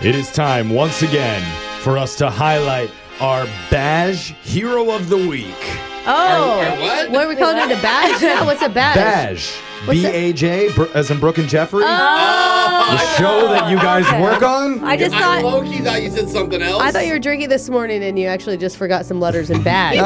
It is time once again for us to highlight our Badge Hero of the Week. Oh, Or- or what? are we calling it? A badge? now? What's a badge? Badge. B A J, Br- as in Brooke and Jeffrey. Oh, the show that you guys okay. work on. I just I thought low-key thought you said something else. I thought you were drinking this morning and you actually just forgot some letters in badge.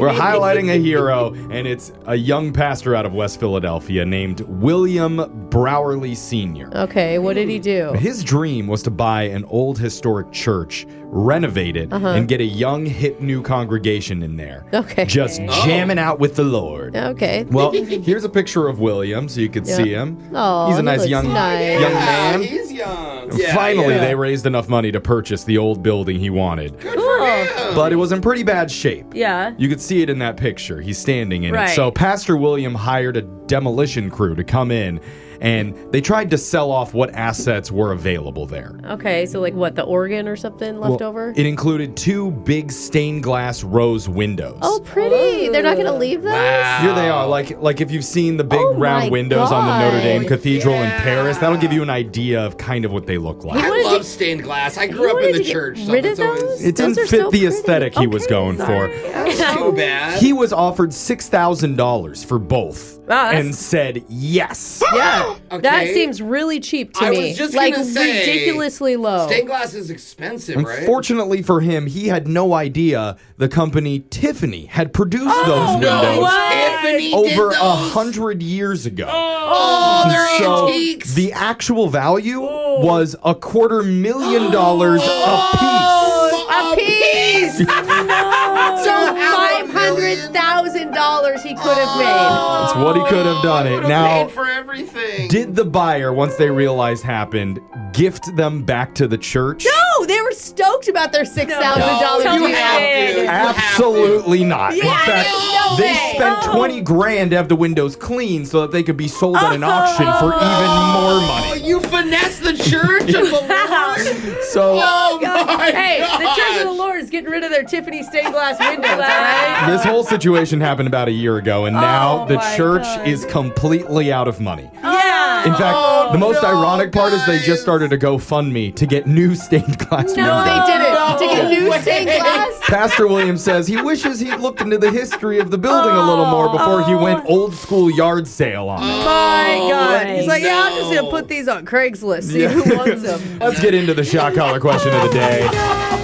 We're highlighting a hero, and it's a young pastor out of West Philadelphia named William Browerly Sr. Okay, what did he do? His dream was to buy an old historic church, renovate it, and get a young, hip, new congregation in there. Uh-huh. Okay. Just Oh. jamming out with the Lord. Okay. Well, here's a picture of William so you could Yeah. see him. Oh, He's a he nice looks young, nice. young Yeah, man. He's young. Finally, yeah. they raised enough money to purchase the old building he wanted. Damn. But it was in pretty bad shape. Yeah. You could see it in that picture. He's standing in Right. it. So Pastor William hired a demolition crew to come in and they tried to sell off what assets were available there. Okay, so like what, the organ or something left Well, over? It included two big stained glass rose windows. Oh, pretty. They're not going to leave those? Wow. Here they are, like like if you've seen the big Oh my round windows on the Notre God. Dame Cathedral in Yeah. Paris, that'll give you an idea of kind of what they look like. I wanted love to- stained glass. I He grew up wanted in to the get church. so rid of it's always those? It didn't Those are fit so the pretty. aesthetic he was Okay, going for. too bad. He was offered six thousand dollars for both, that's- and said yes. Yeah. Okay. That seems really cheap to I was me. just like gonna say, ridiculously low. stained glass is expensive, right? Unfortunately for him, he had no idea the company Tiffany had produced Oh, those windows Tiffany over did a those? hundred years ago. Oh, And they're so antiques. Oh. the actual value was a quarter million dollars a Oh. piece. a piece. so How five a hundred thousand dollars he could have made. That's what he could have done it. Would've Now, paid for everything. did the buyer, once they realized happened, gift them back to the church? Oh, they were stoked about their six thousand no, dollars. you me have to. that. You have to. Absolutely not. In Yeah, fact, there's no they way. spent 20 grand to have the windows clean so that they could be sold at an auction for Oh, even more money. you finessed the church of the Lord. So Oh my Hey, the Church of the gosh. Lord is getting rid of their Tiffany stained glass windows. all right? this whole situation happened about a year ago and now Oh the my church God. is completely out of money. Yeah. In fact, the most no, ironic part is they guys. just started a GoFundMe to get new stained glass No, windows. they didn't. to get No new way. stained glass. Pastor Williams says he wishes he'd looked into the history of the building a little more before he went old school yard sale on it. Oh My God. my He's like, yeah, I'm just gonna no. put these on Craigslist. See who wants them. Let's get into the shot collar question of the day.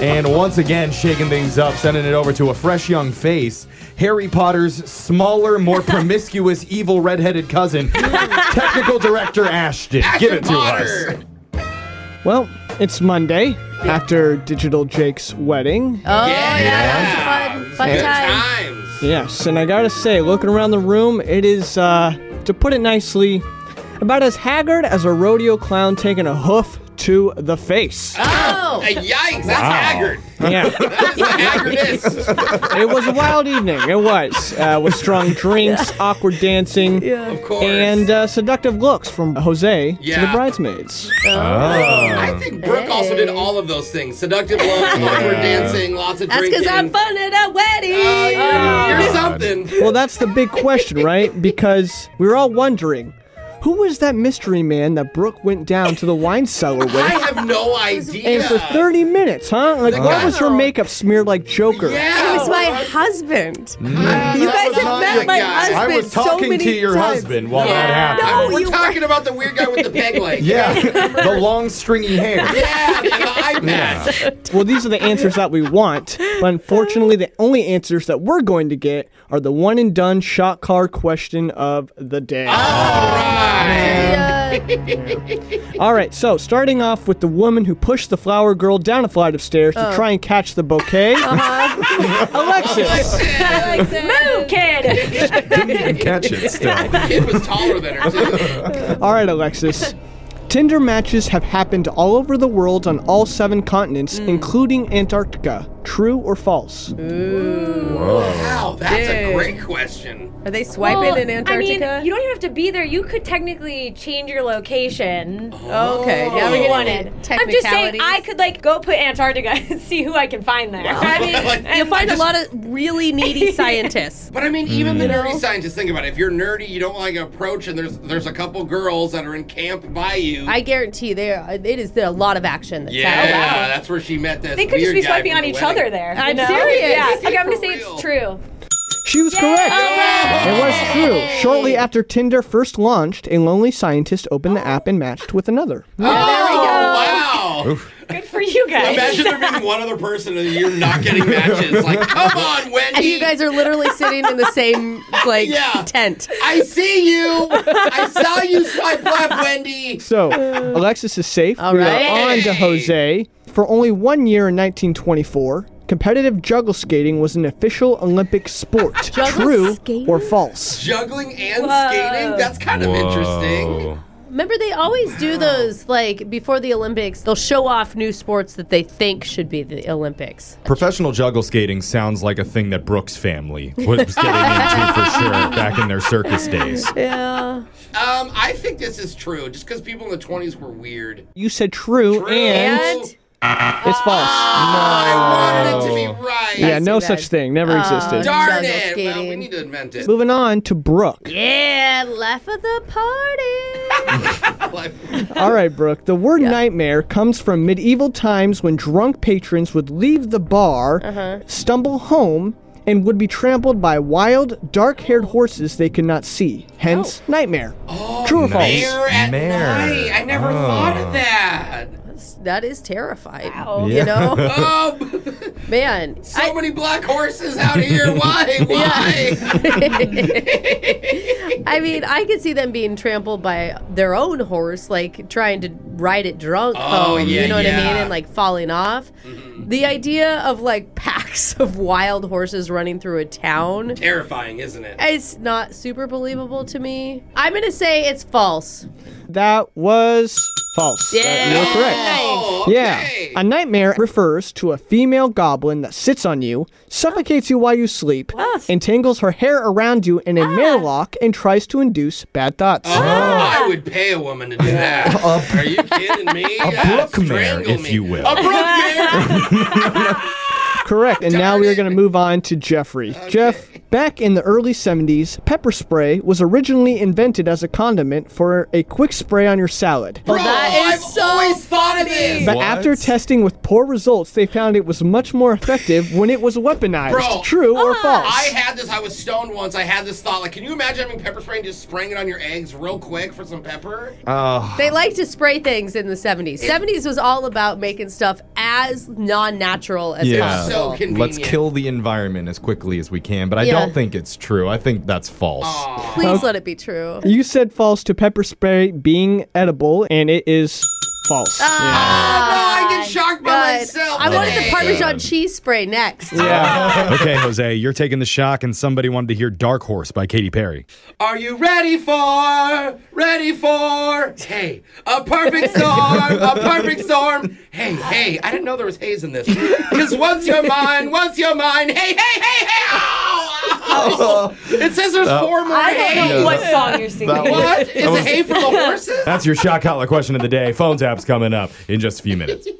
And once again, shaking things up, sending it over to a fresh young face. Harry Potter's smaller, more promiscuous, evil redheaded cousin, technical director Ashton. Give it to us. Potter. Well, it's Monday after Digital Jake's wedding. Oh Yeah. yeah, that was a fun, fun Good time. times. Yes, and I gotta say, looking around the room, it is, uh, to put it nicely, about as haggard as a rodeo clown taking a hoof to the face. Oh, Hey, yikes, that's haggard. Yeah, That's a haggardist. it was a wild evening. It was uh, with strong drinks, awkward dancing, Of course. and uh, seductive looks from Jose to the Yeah. bridesmaids. uh, I think Brooke also did all of those things. Seductive love, awkward dancing, lots of that's drinking. because I'm uh, fun at a wedding. Oh, you're, you're something. Well, that's the big question, right? Because we were all wondering who was that mystery man that Brooke went down to the wine cellar I with? have no And idea. for 30 minutes, huh? Like, what was her guy- makeup smeared like Joker? yeah. It was my husband. you guys have met my husband. I was so talking many to your times. husband while Yeah. that happened. No, We're you- talking about the weird guy with the peg leg. Yeah, the long stringy hair. Yeah, the iPad. Well, these are the answers that we want, but unfortunately, the only answers that we're going to get are the one and done shot car question of the day. Oh. Yeah. All right, so starting off with the woman who pushed the flower girl down a flight of stairs Oh. to try and catch the bouquet. Uh-huh. Alexis. Move, kid. Didn't even catch it still. Kid was taller than her, too. All right, Alexis. Mm. Tinder matches have happened all over the world on all seven continents, including Antarctica. True or false? Oh. Wow, that's a Dude. great question. Are they swiping Well, in I Antarctica? mean, you don't even have to be there. You could technically change your location. Oh. okay, now if we're you getting wanted. into I'm just saying technicalities. I could like go put Antarctica and see who I can find there. Wow. I mean, Like, and You'll find just- a lot of really needy scientists. But I mean, even the nerdy scientists think about it. If you're nerdy, you don't like to approach, and there's there's a couple girls that are in camp by you. I guarantee there it is there a lot of action that's yeah, happening. that's where she met this. they could just weird be guy swiping from on the each wedding. other there. you I'm know? serious. Yeah, like For I'm gonna say real. it's true. She was correct. It was true. Shortly after Tinder first launched, a lonely scientist opened Oh. the app and matched with another. Oh, wow. Good for you guys. Imagine there being one other person and you're not getting matches. Like, come on, Wendy. And you guys are literally sitting in the same like Yeah. tent. I see you. I saw you swipe left, Wendy. So, Alexis is safe. All we right. are on to Jose. For only one year in 1924, competitive juggle skating was an official Olympic sport. True skating? or false? Juggling and Whoa. skating? That's kind of interesting. Remember they always do those like before the Olympics, they'll show off new sports that they think should be the Olympics. Professional juggle skating sounds like a thing that Brooks family was getting into for sure back in their circus days. Yeah. Um, I think this is true, just because people in the 20s were weird. You said true, True. and And? it's false. Ah, I wanted it to be right. Yeah, no too such bad. thing. Never existed. Jungle Darn it. Well, we skating. need to invent it. Moving on to Brooke. Yeah, laugh of the party. Like, All right, Brooke. The word nightmare comes from medieval times when drunk patrons would leave the bar, Uh-huh. stumble home, and would be trampled by wild, dark haired horses they could not see. Hence, Oh. nightmare. True or false? Mare at Mare. night. I never Oh. thought of that. that is terrifying. Wow. Yeah. You know? Oh, Man. so many black horses out here. Why? Why? I mean, I could see them being trampled by their own horse, like trying to ride it drunk Oh, home. yeah, you know what I yeah. Mm-hmm. mean? And like falling off. The idea of like packs of wild horses running through a town. Terrifying, isn't it? It's not super believable to me. I'm gonna say it's false. That was false. That- Yeah. You're correct. Oh, Yeah. okay. A nightmare refers to a female goblin that sits on you, suffocates you while you sleep, entangles her hair around you Ah. in a mare lock, and tries to induce bad thoughts. Oh, I would pay a woman to do that. Are you kidding me? A brook mare, if you will. A brook mare. Correct. And now Darn we are it. going to move on to Jeffrey. Jeff, back in the early 70s, pepper spray was originally invented as a condiment for a quick spray on your salad. Bro, that I've is so always thought of this. But What? after testing with poor results, they found it was much more effective when it was weaponized. Bro, True or false? I had this. I was stoned once. I had this thought. Like, can you imagine having pepper spray and just spraying it on your eggs real quick for some pepper? Uh, Ah, They like to spray things in the 70s. 70s was all about making stuff as non-natural as Yeah. so possible. convenient. Let's kill the environment as quickly as we can, but I Yeah. don't think it's true. I think that's false. Please let it be true. you said false to pepper spray being edible, and it is false. Oh, no, I get shocked by But myself. I wanted the today. Parmesan cheese spray next. Yeah. yeah. okay, Jose, you're taking the shock, and somebody wanted to hear Dark Horse by Katy Perry. Are you ready for, ready for, hey, a perfect storm, a perfect storm? Hey, hey, I didn't know there was haze in this. Because once you're mine, once you're mine, hey, hey, hey, hey, Ah. ow, ow. It says there's four more I don't know hays. what song you're singing. That What? Is it hay for the horses? That's your shock hotline question of the day. Phone tap's coming up in just a few minutes.